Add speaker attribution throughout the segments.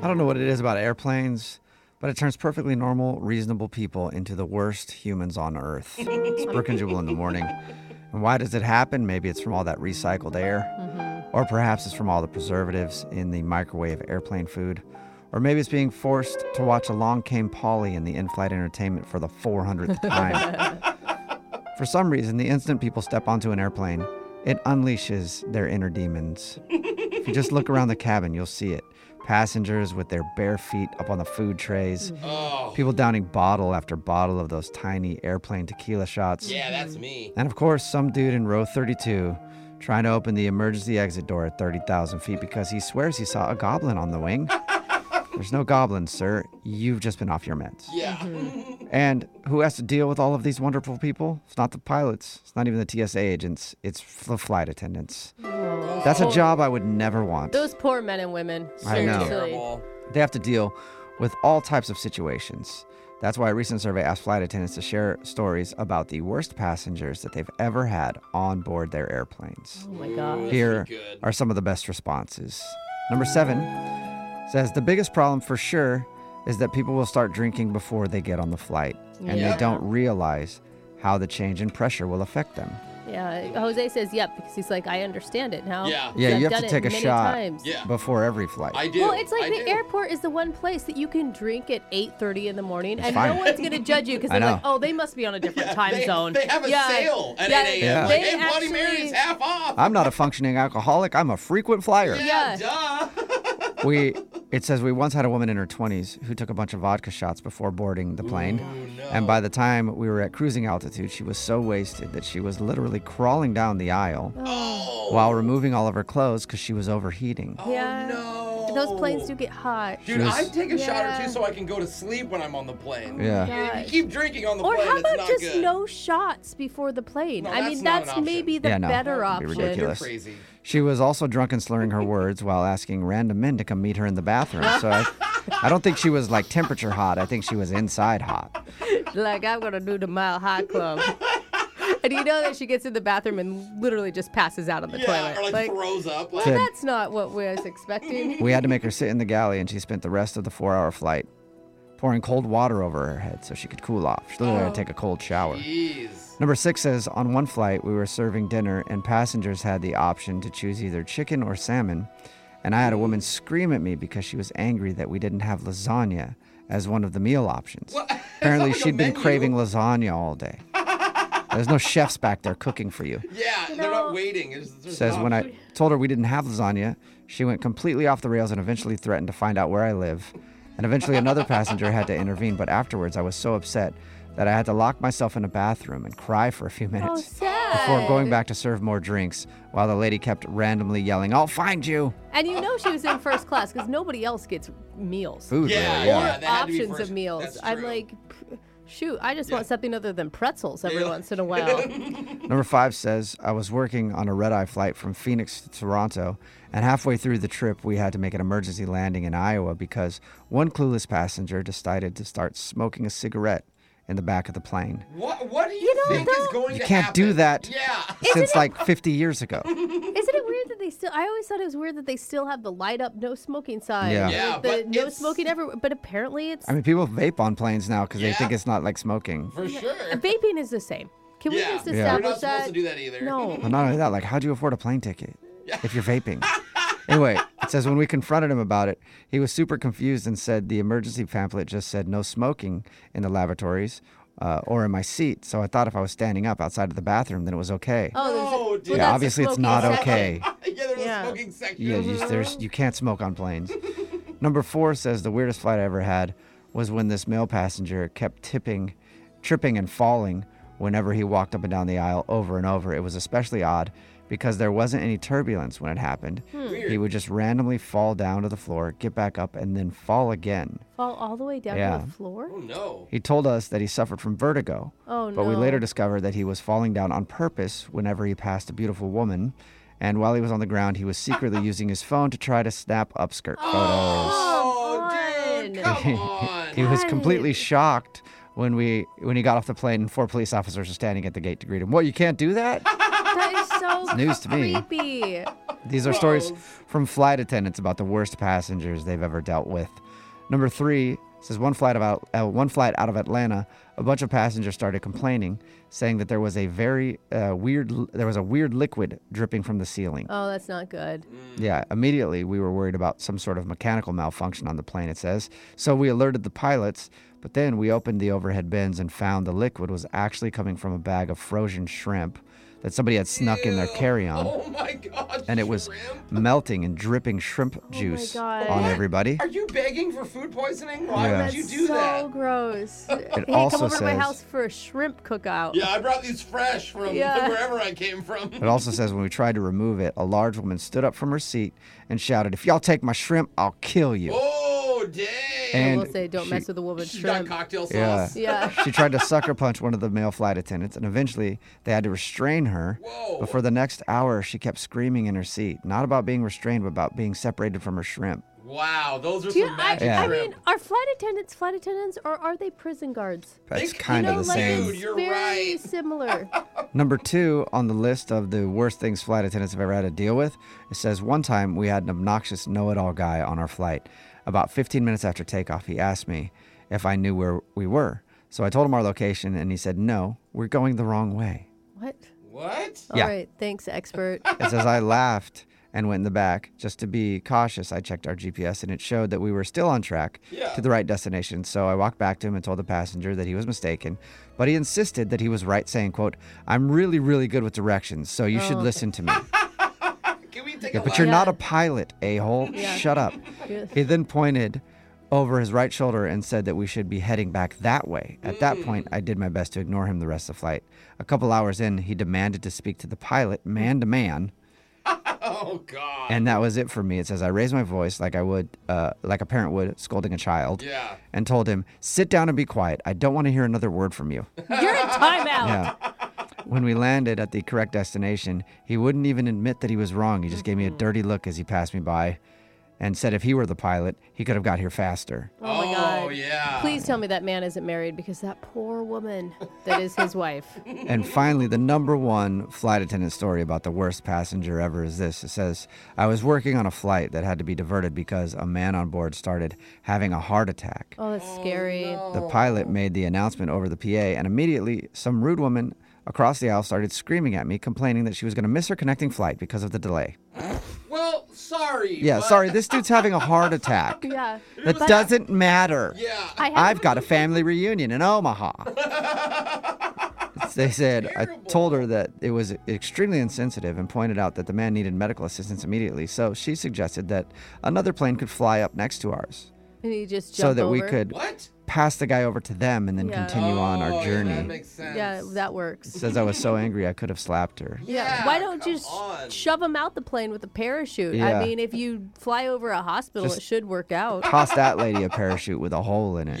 Speaker 1: I don't know what it is about airplanes, but it turns perfectly normal, reasonable people into the worst humans on earth. it's Brooke and Jubal in the morning. And why does it happen? Maybe it's from all that recycled air, or perhaps it's from all the preservatives in the microwave airplane food, or maybe it's being forced to watch Along Came Polly in the in flight entertainment for the 400th time. for some reason, the instant people step onto an airplane, it unleashes their inner demons. If you just look around the cabin, you'll see it. Passengers with their bare feet up on the food trays,
Speaker 2: Oh,
Speaker 1: people downing bottle after bottle of those tiny airplane tequila shots,
Speaker 2: Yeah, that's me.
Speaker 1: and of course, some dude in row 32 trying to open the emergency exit door at 30,000 feet because he swears he saw a goblin on the wing. There's no goblin, sir. You've just been off your meds.
Speaker 2: Yeah.
Speaker 3: Mm-hmm.
Speaker 1: And who has to deal with all of these wonderful people? It's not the pilots. It's not even the TSA agents. It's the flight attendants. That's a job I would never want.
Speaker 3: Those poor men and women.
Speaker 1: I know.
Speaker 3: Seriously.
Speaker 2: Terrible.
Speaker 1: They have to deal with all types of situations. That's why a recent survey asked flight attendants to share stories about the worst passengers that they've ever had on board their airplanes.
Speaker 3: Oh my god.
Speaker 1: Here
Speaker 2: good.
Speaker 1: are some of the best responses. Number seven says the biggest problem for sure is that people will start drinking before they get on the flight and
Speaker 3: Yeah.
Speaker 1: they don't realize how the change in pressure will affect them.
Speaker 3: Yeah. Jose says yep because he's like I understand it now.
Speaker 2: Yeah.
Speaker 1: Yeah,
Speaker 3: I've
Speaker 1: you have
Speaker 3: done
Speaker 1: to
Speaker 3: it
Speaker 1: take a
Speaker 3: many
Speaker 1: shot
Speaker 3: times."
Speaker 2: Yeah.
Speaker 1: before every flight.
Speaker 2: I do.
Speaker 3: Well, it's like
Speaker 2: I
Speaker 3: the
Speaker 2: do.
Speaker 3: airport is the one place that you can drink at 8:30 in the morning, and
Speaker 1: fine.
Speaker 3: no one's gonna judge you because
Speaker 1: I
Speaker 3: they're like,
Speaker 1: know.
Speaker 3: "Oh, they must be on a different
Speaker 2: Yeah,
Speaker 3: time
Speaker 2: they,
Speaker 3: zone."
Speaker 2: They have a
Speaker 3: Yeah.
Speaker 2: sale at
Speaker 3: Yeah,
Speaker 2: 8
Speaker 1: Yeah.
Speaker 2: a.m. Like,
Speaker 3: they
Speaker 2: hey, Bloody Mary's
Speaker 3: actually- Uh,
Speaker 2: half off.
Speaker 1: I'm not a functioning alcoholic. I'm a frequent flyer.
Speaker 3: Yeah.
Speaker 2: Duh.
Speaker 1: we it says we once had a woman in her 20s who took a bunch of vodka shots before boarding the plane
Speaker 2: Oh,
Speaker 1: and by the time we were at cruising altitude she was so wasted that she was literally crawling down the aisle
Speaker 2: Oh,
Speaker 1: while removing all of her clothes because she was overheating
Speaker 3: Yeah.
Speaker 2: no.
Speaker 3: And Those planes do get hot.
Speaker 2: Dude,
Speaker 1: She was-
Speaker 2: I take a shot or
Speaker 3: Yeah.
Speaker 2: two so I can go to sleep when I'm on the plane.
Speaker 1: Yeah.
Speaker 2: If
Speaker 3: Gosh.
Speaker 2: you keep drinking on the
Speaker 3: Or
Speaker 2: plane,
Speaker 3: how
Speaker 2: it's
Speaker 3: about
Speaker 2: not
Speaker 3: just
Speaker 2: good.
Speaker 3: no shots before the plane?
Speaker 2: No,
Speaker 3: I
Speaker 2: that's
Speaker 3: mean,
Speaker 2: not an
Speaker 3: that's
Speaker 2: option.
Speaker 3: maybe the
Speaker 1: Yeah, no,
Speaker 3: better
Speaker 1: that'd be
Speaker 3: option.
Speaker 1: ridiculous.
Speaker 2: Crazy.
Speaker 1: she was also drunk and slurring her words while asking random men to come meet her in the bathroom so I, I don't think she was like temperature hot i think she was inside hot
Speaker 3: Like I'm gonna do the mile high club. and you know that she gets in the bathroom and literally just passes out on the
Speaker 2: Yeah,
Speaker 3: toilet.
Speaker 2: or like,
Speaker 3: Like,
Speaker 2: throws up. Like,
Speaker 1: Good.
Speaker 3: that's not what we was expecting.
Speaker 1: we had to make her sit in the galley and she spent the rest of the four hour flight pouring cold water over her head so she could cool off she literally had to take a cold shower
Speaker 2: Jeez.
Speaker 1: Number six says on one flight we were serving dinner and passengers had the option to choose either chicken or salmon, and I had a woman scream at me because she was angry that we didn't have lasagna as one of the meal options. Apparently
Speaker 2: It's not like a
Speaker 1: she'd been
Speaker 2: menu.
Speaker 1: craving lasagna all day. There's no chefs back there cooking for you.
Speaker 2: Yeah, they're not waiting. It's, there's
Speaker 1: Says
Speaker 2: not-
Speaker 1: when I told her we didn't have lasagna, she went completely off the rails and eventually threatened to find out where I live. And eventually another passenger had to intervene, but afterwards I was so upset that I had to lock myself in a bathroom and cry for a few
Speaker 3: oh,
Speaker 1: minutes
Speaker 3: sad.
Speaker 1: before going back to serve more drinks while the lady kept randomly yelling, I'll find you.
Speaker 3: And you know she was in first class because nobody else gets meals.
Speaker 1: Food,
Speaker 2: Yeah,
Speaker 1: really.
Speaker 2: yeah.
Speaker 1: Yeah.
Speaker 2: that had to be
Speaker 3: Options of
Speaker 2: first-
Speaker 3: meals.
Speaker 2: that's
Speaker 3: I'm
Speaker 2: true.
Speaker 3: like, p- shoot, I just want something other than pretzels every
Speaker 2: Yeah.
Speaker 3: once in a while.
Speaker 1: Number five says, I was working on a red eye flight from Phoenix to Toronto, and halfway through the trip, we had to make an emergency landing in Iowa because one clueless passenger decided to start smoking a cigarette in the back of the plane.
Speaker 2: What, what do you,
Speaker 3: know,
Speaker 2: think is
Speaker 3: though-
Speaker 2: going
Speaker 1: You
Speaker 2: to
Speaker 1: can't do
Speaker 2: happen?
Speaker 1: that.
Speaker 2: Yeah.
Speaker 1: Since like 50 years ago.
Speaker 3: Isn't it weird that they still? I always thought it was weird that they still have the light up no smoking sign.
Speaker 1: Yeah.
Speaker 3: like
Speaker 2: Yeah,
Speaker 3: the
Speaker 2: but
Speaker 3: no
Speaker 2: it's-
Speaker 3: smoking everywhere. But apparently, it's
Speaker 1: I mean, people vape on planes now because they
Speaker 2: Yeah.
Speaker 1: think it's not like smoking.
Speaker 2: For sure.
Speaker 3: vaping is the same. Can
Speaker 2: Yeah.
Speaker 3: we just
Speaker 2: Yeah.
Speaker 1: We're
Speaker 2: We're
Speaker 3: establish
Speaker 2: not supposed
Speaker 3: that?
Speaker 2: to do that either.
Speaker 3: No.
Speaker 1: But not only that, like, how do you afford a plane ticket if you're vaping? anyway, it says when we confronted him about it, he was super confused and said the emergency pamphlet just said no smoking in the lavatories uh, or in my seat. So I thought if I was standing up outside of the bathroom, then it was okay.
Speaker 3: Oh,
Speaker 2: No,
Speaker 3: there's
Speaker 2: dude.
Speaker 3: a- well, that's
Speaker 1: yeah,
Speaker 3: a
Speaker 1: obviously it's
Speaker 3: smoking
Speaker 1: not
Speaker 3: section.
Speaker 1: okay.
Speaker 2: yeah, there's
Speaker 3: Yeah.
Speaker 2: a smoking section.
Speaker 1: Yeah, you, there's, you can't smoke on planes. Number four says the weirdest flight I ever had was when this male passenger kept tipping, tripping and falling whenever he walked up and down the aisle over and over. It was especially odd because there wasn't any turbulence when it happened. He would just randomly fall down to the floor, get back up, and then fall again.
Speaker 3: Fall all the way down
Speaker 1: Yeah.
Speaker 3: to the floor.
Speaker 2: Oh, no.
Speaker 1: He told us that he suffered from vertigo.
Speaker 3: Oh,
Speaker 1: But we
Speaker 3: no.
Speaker 1: later discovered that he was falling down on purpose whenever he passed a beautiful woman. And while he was on the ground, he was secretly using his phone to try to snap upskirt photos.
Speaker 2: Oh, dude.
Speaker 3: on.
Speaker 2: Come on.
Speaker 1: He was completely shocked when we when he got off the plane and four police officers were standing at the gate to greet him. What, you can't do that?
Speaker 3: That is so
Speaker 1: news to me.
Speaker 3: creepy.
Speaker 1: These are stories from flight attendants about the worst passengers they've ever dealt with. Number three says one flight about uh, one flight out of Atlanta, a bunch of passengers started complaining, saying that there was a very uh, weird l- there was a weird liquid dripping from the ceiling.
Speaker 3: Oh, that's not good.
Speaker 1: Yeah, immediately we were worried about some sort of mechanical malfunction on the plane, it says. So we alerted the pilots, but then we opened the overhead bins and found the liquid was actually coming from a bag of frozen shrimp that somebody had snuck in their
Speaker 2: Ew.
Speaker 1: carry on.
Speaker 2: Oh my god.
Speaker 1: And it was
Speaker 2: shrimp?
Speaker 1: melting and dripping shrimp juice
Speaker 4: God.
Speaker 1: on
Speaker 2: What?
Speaker 1: everybody.
Speaker 2: Are you begging for food poisoning? Why
Speaker 1: Yeah.
Speaker 2: would
Speaker 4: That's
Speaker 2: you do
Speaker 4: so
Speaker 2: that?
Speaker 4: gross.
Speaker 1: It
Speaker 3: Hey,
Speaker 1: also
Speaker 3: come over
Speaker 1: says
Speaker 3: to my house for a shrimp cookout.
Speaker 2: Yeah, I brought these fresh from
Speaker 3: Yeah.
Speaker 2: wherever I came from.
Speaker 1: it also says when we tried to remove it, a large woman stood up from her seat and shouted, "If y'all take my shrimp, I'll kill you."
Speaker 2: Oh, dang.
Speaker 3: I
Speaker 1: And
Speaker 3: will say, don't
Speaker 1: she-
Speaker 3: mess with a woman
Speaker 2: She's
Speaker 3: shrimp.
Speaker 2: got cocktail
Speaker 1: Yeah.
Speaker 2: sauce.
Speaker 3: yeah.
Speaker 1: she tried to sucker punch one of the male flight attendants, and eventually they had to restrain her.
Speaker 2: Whoa.
Speaker 1: But for the next hour, she kept screaming in her seat, not about being restrained, but about being separated from her shrimp.
Speaker 2: Wow, those are
Speaker 4: Do you,
Speaker 2: some
Speaker 4: I,
Speaker 2: magic
Speaker 1: Yeah.
Speaker 4: I
Speaker 2: shrimp.
Speaker 4: mean, are flight attendants flight attendants or are they prison guards?
Speaker 1: That's
Speaker 2: They-
Speaker 1: kind
Speaker 4: you know,
Speaker 1: of the
Speaker 4: like,
Speaker 1: same.
Speaker 2: Dude,
Speaker 4: it's
Speaker 2: you're
Speaker 4: very
Speaker 2: right.
Speaker 4: similar.
Speaker 1: Number two on the list of the worst things flight attendants have ever had to deal with, it says one time we had an obnoxious know it all guy on our flight. About 15 minutes after takeoff, he asked me if I knew where we were. So I told him our location, and he said, No, we're going the wrong way.
Speaker 3: What?
Speaker 2: what?
Speaker 1: Yeah.
Speaker 3: All right. Thanks, expert.
Speaker 1: It says, I laughed and went in the back. Just to be cautious, I checked our GPS and it showed that we were still on track
Speaker 2: Yeah.
Speaker 1: to the right destination. So I walked back to him and told the passenger that he was mistaken. But he insisted that he was right, saying, quote, I'm really, really good with directions, so you should listen to me.
Speaker 2: Can we take
Speaker 1: Yeah,
Speaker 2: a
Speaker 1: but
Speaker 2: lap?
Speaker 1: you're
Speaker 3: Yeah.
Speaker 1: not a pilot, a hole. Shut up.
Speaker 3: Yeah.
Speaker 1: He then pointed over his right shoulder and said that we should be heading back that way. At that
Speaker 3: Mm.
Speaker 1: point, I did my best to ignore him the rest of the flight. A couple hours in, he demanded to speak to the pilot, man to man,
Speaker 2: Oh, God.
Speaker 1: and that was it for me. It says I raised my voice like I would, uh, like a parent would scolding a child,
Speaker 2: yeah.
Speaker 1: and told him, "Sit down and be quiet. I don't want to hear another word from you."
Speaker 3: You're in timeout.
Speaker 1: Yeah. When we landed at the correct destination, he wouldn't even admit that he was wrong. He just gave me a dirty look as he passed me by and said if he were the pilot, he could have got here faster.
Speaker 3: Oh my
Speaker 2: Oh,
Speaker 3: God.
Speaker 2: yeah.
Speaker 3: Please tell me that man isn't married because that poor woman that is his wife.
Speaker 1: And finally, the number one flight attendant story about the worst passenger ever is this. It says, I was working on a flight that had to be diverted because a man on board started having a heart attack.
Speaker 3: Oh, that's scary.
Speaker 1: The pilot made the announcement over the PA, and immediately some rude woman across the aisle started screaming at me, complaining that she was going to miss her connecting flight because of the delay.
Speaker 2: Well, sorry.
Speaker 1: Yeah,
Speaker 2: but-
Speaker 1: sorry, this dude's having a heart attack.
Speaker 3: Yeah.
Speaker 1: That doesn't matter.
Speaker 2: Yeah.
Speaker 4: I have
Speaker 1: I've got a family reunion in Omaha. they said, I
Speaker 2: Terrible.
Speaker 1: told her that it was extremely insensitive and pointed out that the man needed medical assistance immediately. So she suggested that another plane could fly up next to ours
Speaker 3: And he just jumped
Speaker 1: so that we
Speaker 3: over.
Speaker 1: could
Speaker 2: What?
Speaker 1: pass the guy over to them and then
Speaker 3: Yeah.
Speaker 1: continue on
Speaker 2: Oh,
Speaker 1: our
Speaker 2: yeah, that
Speaker 1: journey.
Speaker 2: makes sense.
Speaker 3: Yeah, that works.
Speaker 1: Says I was so angry I could have slapped her.
Speaker 2: Yeah,
Speaker 3: Why don't you
Speaker 2: come on.
Speaker 3: sh- shove him out the plane with a parachute?
Speaker 1: Yeah.
Speaker 3: I mean, if you fly over a hospital, it
Speaker 1: Just-
Speaker 3: should work out.
Speaker 1: Toss that lady a parachute with a hole in it.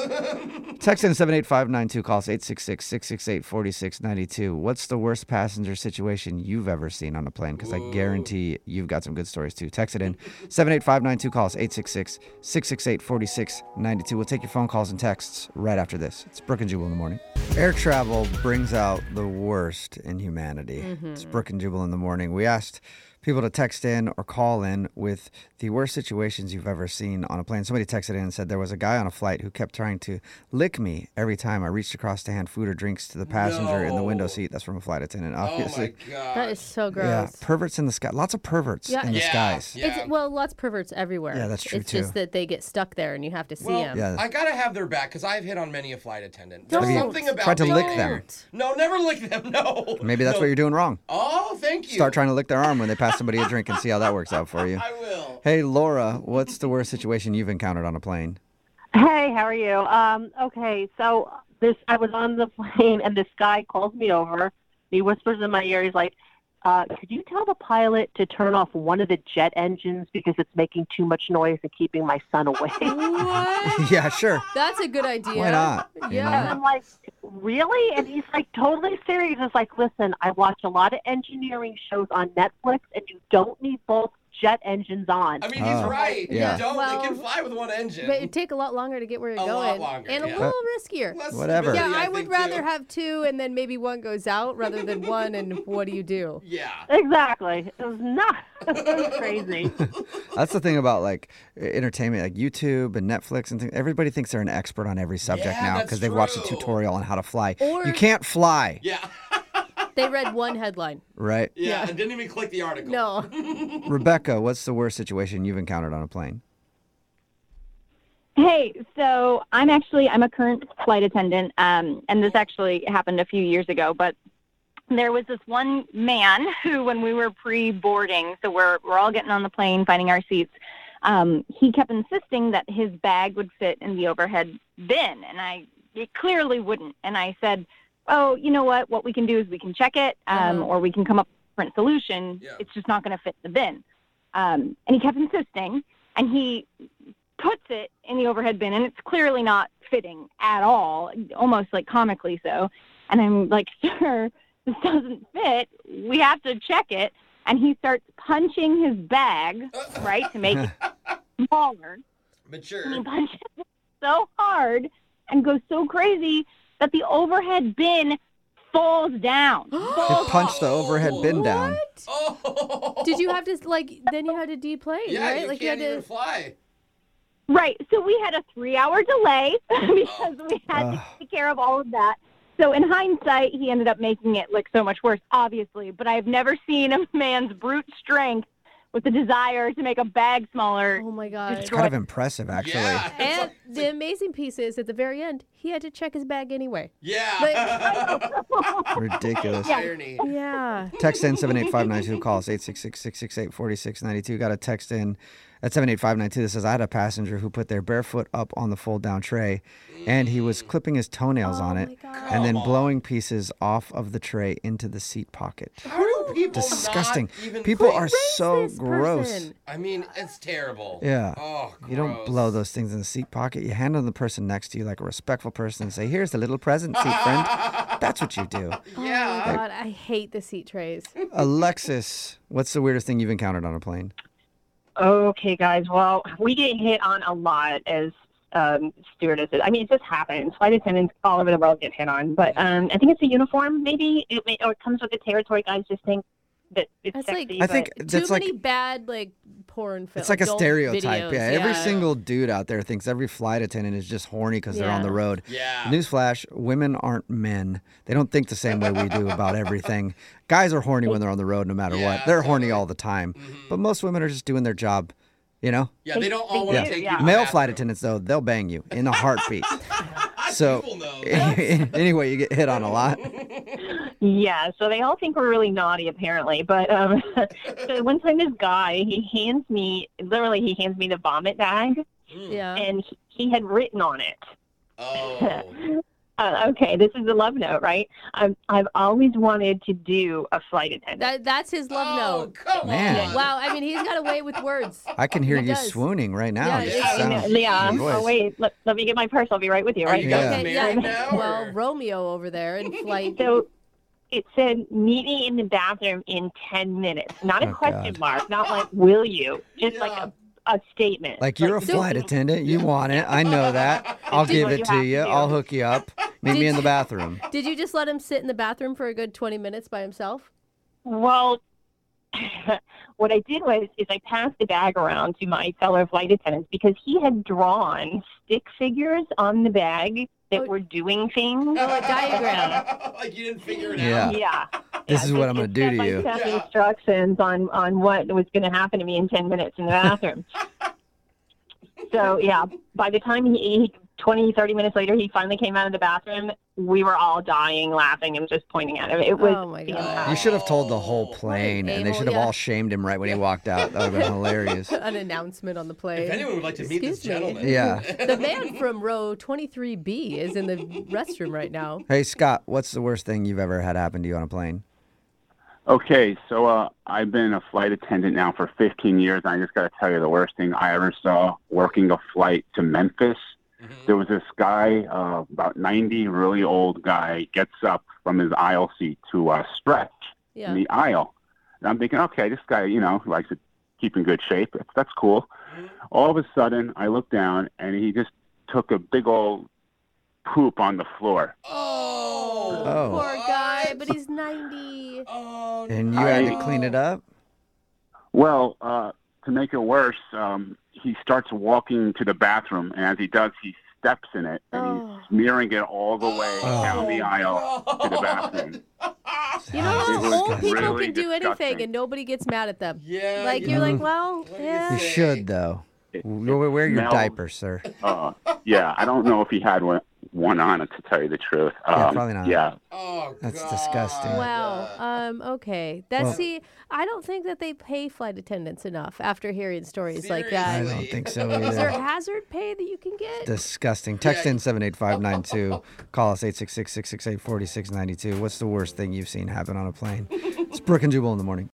Speaker 2: please.
Speaker 1: Text in 78592, call us 866 668 4692. What's the worst passenger situation you've ever seen on a plane? Because I guarantee you've got some good stories too. Text it in 78592, call us 866 668 4692. We'll take your phone calls and texts right after this. It's Brooke and Jubal in the morning. Air travel brings out the worst in humanity. It's Brooke and Jubal in the morning. We asked people to text in or call in with the worst situations you've ever seen on a plane. Somebody texted in and said there was a guy on a flight who kept trying to lick me every time I reached across to hand food or drinks to the passenger in the window
Speaker 2: No.
Speaker 1: seat. That's from a flight attendant,
Speaker 2: Oh my
Speaker 1: obviously.
Speaker 2: god.
Speaker 3: That is so gross.
Speaker 1: yeah, perverts in the sky. Lots of perverts
Speaker 3: Yeah.
Speaker 1: in the
Speaker 2: Yeah.
Speaker 1: skies.
Speaker 2: Yeah.
Speaker 3: It's, well, lots of perverts everywhere.
Speaker 1: Yeah, that's true,
Speaker 3: It's just that they get stuck there and you have to see
Speaker 2: well,
Speaker 3: them.
Speaker 1: Yeah.
Speaker 2: I gotta have their back because I've hit on many a flight attendant.
Speaker 3: Don't.
Speaker 2: There's something about
Speaker 1: Tried to
Speaker 2: being
Speaker 1: lick
Speaker 2: there.
Speaker 1: them.
Speaker 2: No, never lick them. No.
Speaker 1: Maybe that's what you're doing wrong.
Speaker 2: Oh, thank you.
Speaker 1: Start trying to lick their arm when they pass somebody a drink and see how that works out for you.
Speaker 2: I will.
Speaker 1: Hey, Laura, what's the worst situation you've encountered on a plane?
Speaker 5: Hey, how are you? Um, okay, so this I was on the plane and this guy calls me over. He whispers in my ear, he's like, uh, could you tell the pilot to turn off one of the jet engines because it's making too much noise and keeping my son away? and
Speaker 3: What?
Speaker 1: yeah, sure.
Speaker 3: That's a good idea.
Speaker 1: Why not? You
Speaker 3: Yeah.
Speaker 5: I'm like, really? And he's like totally serious. It's like, listen, I watch a lot of engineering shows on Netflix and you don't need both jet engines on.
Speaker 2: I mean, he's
Speaker 1: Oh,
Speaker 2: right.
Speaker 1: yeah.
Speaker 2: You don't.
Speaker 4: Well,
Speaker 2: they can fly with one engine.
Speaker 4: But it'd take a lot longer to get where you're
Speaker 2: A lot
Speaker 4: going.
Speaker 2: longer,
Speaker 4: and a
Speaker 2: yeah.
Speaker 4: little riskier.
Speaker 2: Less
Speaker 1: Whatever.
Speaker 2: stability,
Speaker 3: Yeah, I, would
Speaker 2: think,
Speaker 3: rather
Speaker 2: too.
Speaker 3: have two and then maybe one goes out rather than one and what do you do?
Speaker 2: Yeah.
Speaker 5: Exactly. It was not it was crazy.
Speaker 1: That's the thing about like e- entertainment, like YouTube and Netflix and things. Everybody thinks they're an expert on every subject
Speaker 2: Yeah,
Speaker 1: now
Speaker 2: that's
Speaker 1: because they've watched a
Speaker 2: true.
Speaker 1: tutorial on how to fly.
Speaker 4: Or-
Speaker 1: you can't fly,
Speaker 2: Yeah.
Speaker 4: They read one headline.
Speaker 1: right?
Speaker 2: Yeah. And didn't even click the article.
Speaker 4: No.
Speaker 1: Rebecca, what's the worst situation you've encountered on a plane?
Speaker 6: Hey, so I'm actually I'm a current flight attendant, um, and this actually happened a few years ago. But there was this one man who, when we were pre-boarding, so we're we're all getting on the plane, finding our seats. Um, he kept insisting that his bag would fit in the overhead bin, and I it clearly wouldn't. And I said, "Oh, you know what? What we can do is we can check it, um,
Speaker 3: Uh-huh.
Speaker 6: or we can come up with a different solution.
Speaker 2: Yeah.
Speaker 6: It's just not going to fit in the bin." Um, and he kept insisting, and he puts it in the overhead bin and it's clearly not fitting at all, almost like comically so. And I'm like, sir, this doesn't fit. We have to check it. And he starts punching his bag, right, to make it smaller. And he
Speaker 2: Mature.
Speaker 6: punches it so hard and goes so crazy that the overhead bin falls down.
Speaker 1: It punched the overhead bin down.
Speaker 2: Oh.
Speaker 4: Did you have to like? Then you had to deplane,
Speaker 2: Yeah,
Speaker 4: right?
Speaker 2: you
Speaker 4: like
Speaker 2: can't
Speaker 4: you had
Speaker 2: even fly.
Speaker 6: Right. So we had a three hour delay because we had
Speaker 1: Ugh.
Speaker 6: to take care of all of that. So in hindsight, he ended up making it look so much worse, obviously. But I've never seen a man's brute strength with the desire to make a bag
Speaker 4: to.
Speaker 6: smaller.
Speaker 4: Oh my god.
Speaker 1: It's kind of impressive, actually.
Speaker 2: Yeah. it's
Speaker 4: And
Speaker 2: like-
Speaker 4: the amazing piece is at the very end, he had to check his bag anyway.
Speaker 2: yeah.
Speaker 1: Ridiculous.
Speaker 2: Irony.
Speaker 4: Yeah.
Speaker 1: Text in 78592, call us 866 668 4692. Got a text in at 78592 that says, I had a passenger who put their barefoot up on the fold down tray and he
Speaker 2: Mm.
Speaker 1: was clipping his toenails on
Speaker 4: Oh
Speaker 1: it
Speaker 4: my
Speaker 1: and then
Speaker 2: Come on.
Speaker 1: blowing pieces off of the tray into the seat pocket.
Speaker 2: How do people
Speaker 1: Disgusting.
Speaker 2: Not even
Speaker 1: People
Speaker 2: think-
Speaker 1: are so
Speaker 4: This
Speaker 1: gross.
Speaker 4: person.
Speaker 2: I mean, it's terrible.
Speaker 1: Yeah.
Speaker 2: Oh,
Speaker 1: You don't blow those things in the seat pocket. You hand them the person next to you like a respectful person and say, Here's the little present, seat friend. That's what you do.
Speaker 2: Yeah.
Speaker 4: Oh my god, I hate the seat trays.
Speaker 1: Alexis, what's the weirdest thing you've encountered on a plane?
Speaker 5: Okay, guys. Well, we get hit on a lot as um, stewardesses. I mean, it just happens. Flight attendants all over the world get hit on, but um, I think it's the uniform. Maybe it may, or it comes with the territory. Guys just think that it's
Speaker 4: That's like-
Speaker 5: sexy.
Speaker 1: I
Speaker 5: but-
Speaker 1: think that's
Speaker 4: Too
Speaker 1: like
Speaker 4: many bad like porn films.
Speaker 1: it's like a stereotype.
Speaker 4: Videos.
Speaker 1: Yeah, every single dude out there thinks every flight attendant is just horny because they're on
Speaker 4: Yeah.
Speaker 1: the road.
Speaker 2: Yeah.
Speaker 1: Newsflash: Women aren't men. They don't think the same way we do about everything. Guys are horny when they're on the road, no matter
Speaker 2: Yeah,
Speaker 1: what. They're horny
Speaker 2: totally.
Speaker 1: all the time.
Speaker 2: Mhm.
Speaker 1: But most women are just doing their job. You know,
Speaker 2: yeah, they don't all
Speaker 5: They
Speaker 2: want to
Speaker 5: do,
Speaker 2: take
Speaker 5: yeah.
Speaker 2: you. to the
Speaker 1: male flight
Speaker 2: bathroom.
Speaker 1: attendants though they'll bang you in a heartbeat. so
Speaker 2: People know. Mm.
Speaker 1: anyway, you get hit on a lot.
Speaker 5: Yeah, so they all think we're really naughty apparently. But um, so one time, this guy he hands me literally he hands me the vomit bag,
Speaker 2: Mm.
Speaker 4: Yeah.
Speaker 5: and he, he had written on it.
Speaker 2: Oh.
Speaker 5: Uh, okay, this is the love note, right? I've I've always wanted to do a flight attendant.
Speaker 4: That, that's his love
Speaker 2: oh,
Speaker 4: note.
Speaker 2: Come
Speaker 1: Man.
Speaker 2: on.
Speaker 4: Wow, I mean he's got a way with words.
Speaker 1: I can hear
Speaker 4: He
Speaker 1: you
Speaker 4: does.
Speaker 1: swooning right now.
Speaker 4: Yeah,
Speaker 1: just
Speaker 2: it's-
Speaker 1: the sound of
Speaker 5: yeah.
Speaker 1: your
Speaker 5: Oh
Speaker 1: voice.
Speaker 5: wait, let, let me get my purse. I'll be right with you.
Speaker 2: Are
Speaker 5: Right?
Speaker 2: you
Speaker 1: Yeah.
Speaker 2: guys married now?
Speaker 4: Well,
Speaker 2: or-
Speaker 4: Romeo over there in flight.
Speaker 5: So it said, "Meet me in the bathroom in ten minutes." Not a
Speaker 1: Oh,
Speaker 5: question
Speaker 1: God.
Speaker 5: mark. Not like, "Will you?" Just
Speaker 2: Yeah.
Speaker 5: like a, a statement.
Speaker 1: Like you're a
Speaker 5: do-
Speaker 1: flight attendant, you want it. I know that. I'll
Speaker 5: Do
Speaker 1: give
Speaker 5: what
Speaker 1: it
Speaker 5: you
Speaker 1: to
Speaker 5: have to
Speaker 1: you.
Speaker 5: do.
Speaker 1: I'll hook you up. Meet me in the bathroom.
Speaker 4: Did you just let him sit in the bathroom for a good 20 minutes by himself?
Speaker 5: Well, what I did was is I passed the bag around to my fellow flight attendants because he had drawn stick figures on the bag that
Speaker 4: Oh.
Speaker 5: were doing things.
Speaker 4: Oh, a diagram.
Speaker 2: like you didn't figure it
Speaker 1: Yeah.
Speaker 2: out.
Speaker 5: Yeah.
Speaker 1: This
Speaker 5: Yeah,
Speaker 1: is what
Speaker 5: just
Speaker 1: I'm gonna
Speaker 5: did
Speaker 1: do to you.
Speaker 5: step-by-step
Speaker 2: Yeah.
Speaker 5: Instructions on on what was going to happen to me in ten minutes in the bathroom. so yeah, by the time he, he 20, 30 minutes later, he finally came out of the bathroom. We were all dying, laughing, and just pointing at him. It was
Speaker 4: Oh my
Speaker 5: the
Speaker 4: God.
Speaker 5: impact.
Speaker 1: You should have told the
Speaker 2: Oh,
Speaker 1: whole plane, and they
Speaker 4: a-hole,
Speaker 1: should have
Speaker 4: yeah.
Speaker 1: all shamed him right when he walked out. That would have been hilarious.
Speaker 4: An announcement on the plane.
Speaker 2: If anyone would like to meet this
Speaker 4: Excuse me.
Speaker 2: gentleman.
Speaker 1: Yeah.
Speaker 4: The man from row 23B is in the restroom right now.
Speaker 1: Hey Scott, what's the worst thing you've ever had happen to you on a plane?
Speaker 7: Okay, so uh, I've been a flight attendant now for 15 years. And I just got to tell you the worst thing I ever saw working a flight to Memphis.
Speaker 2: Mhm.
Speaker 7: There was this guy, uh, about 90, really old guy, gets up from his aisle seat to uh, stretch
Speaker 4: Yeah.
Speaker 7: in the aisle. And I'm thinking, okay, this guy, you know, likes to keep in good shape. That's cool. All of a sudden, I look down and he just took a big old poop on the floor.
Speaker 2: Oh.
Speaker 1: Oh.
Speaker 3: Poor guy,
Speaker 2: What?
Speaker 3: but he's 90.
Speaker 2: Oh.
Speaker 1: And you
Speaker 2: no.
Speaker 1: had to clean it up?
Speaker 7: Well, uh, to make it worse, um, he starts walking to the bathroom, and as he does, he steps in it and
Speaker 3: Oh.
Speaker 4: Oh.
Speaker 7: he's smearing it all the way
Speaker 1: Oh.
Speaker 7: down the aisle to the bathroom.
Speaker 3: You know,
Speaker 1: It was
Speaker 3: old people
Speaker 7: really
Speaker 3: can do anything
Speaker 7: disgusting.
Speaker 3: and nobody gets mad at them.
Speaker 2: yeah.
Speaker 3: Like,
Speaker 2: you
Speaker 3: you're
Speaker 2: know.
Speaker 3: like, well,
Speaker 2: What do you
Speaker 1: You
Speaker 3: yeah.
Speaker 2: say?
Speaker 1: should, though.
Speaker 7: It-
Speaker 1: Wear wear your
Speaker 7: smelled-
Speaker 1: diaper, sir.
Speaker 7: Uh, yeah, I don't know if he had one, one on it, to tell you the truth. Um,
Speaker 1: Yeah, probably not.
Speaker 7: Yeah,
Speaker 2: Oh,
Speaker 1: That's
Speaker 2: God.
Speaker 1: disgusting.
Speaker 3: Wow. Um, okay. That's
Speaker 1: Well-
Speaker 3: see, I don't think that they pay flight attendants enough after hearing stories like
Speaker 1: I
Speaker 3: that.
Speaker 2: Seriously.
Speaker 1: don't think so
Speaker 3: Is there
Speaker 1: either.
Speaker 3: hazard pay that you can get?
Speaker 1: Disgusting. Text in 78592. Call us 866 668 4692. What's the worst thing you've seen happen on a plane? It's Brooke and Jubal in the morning.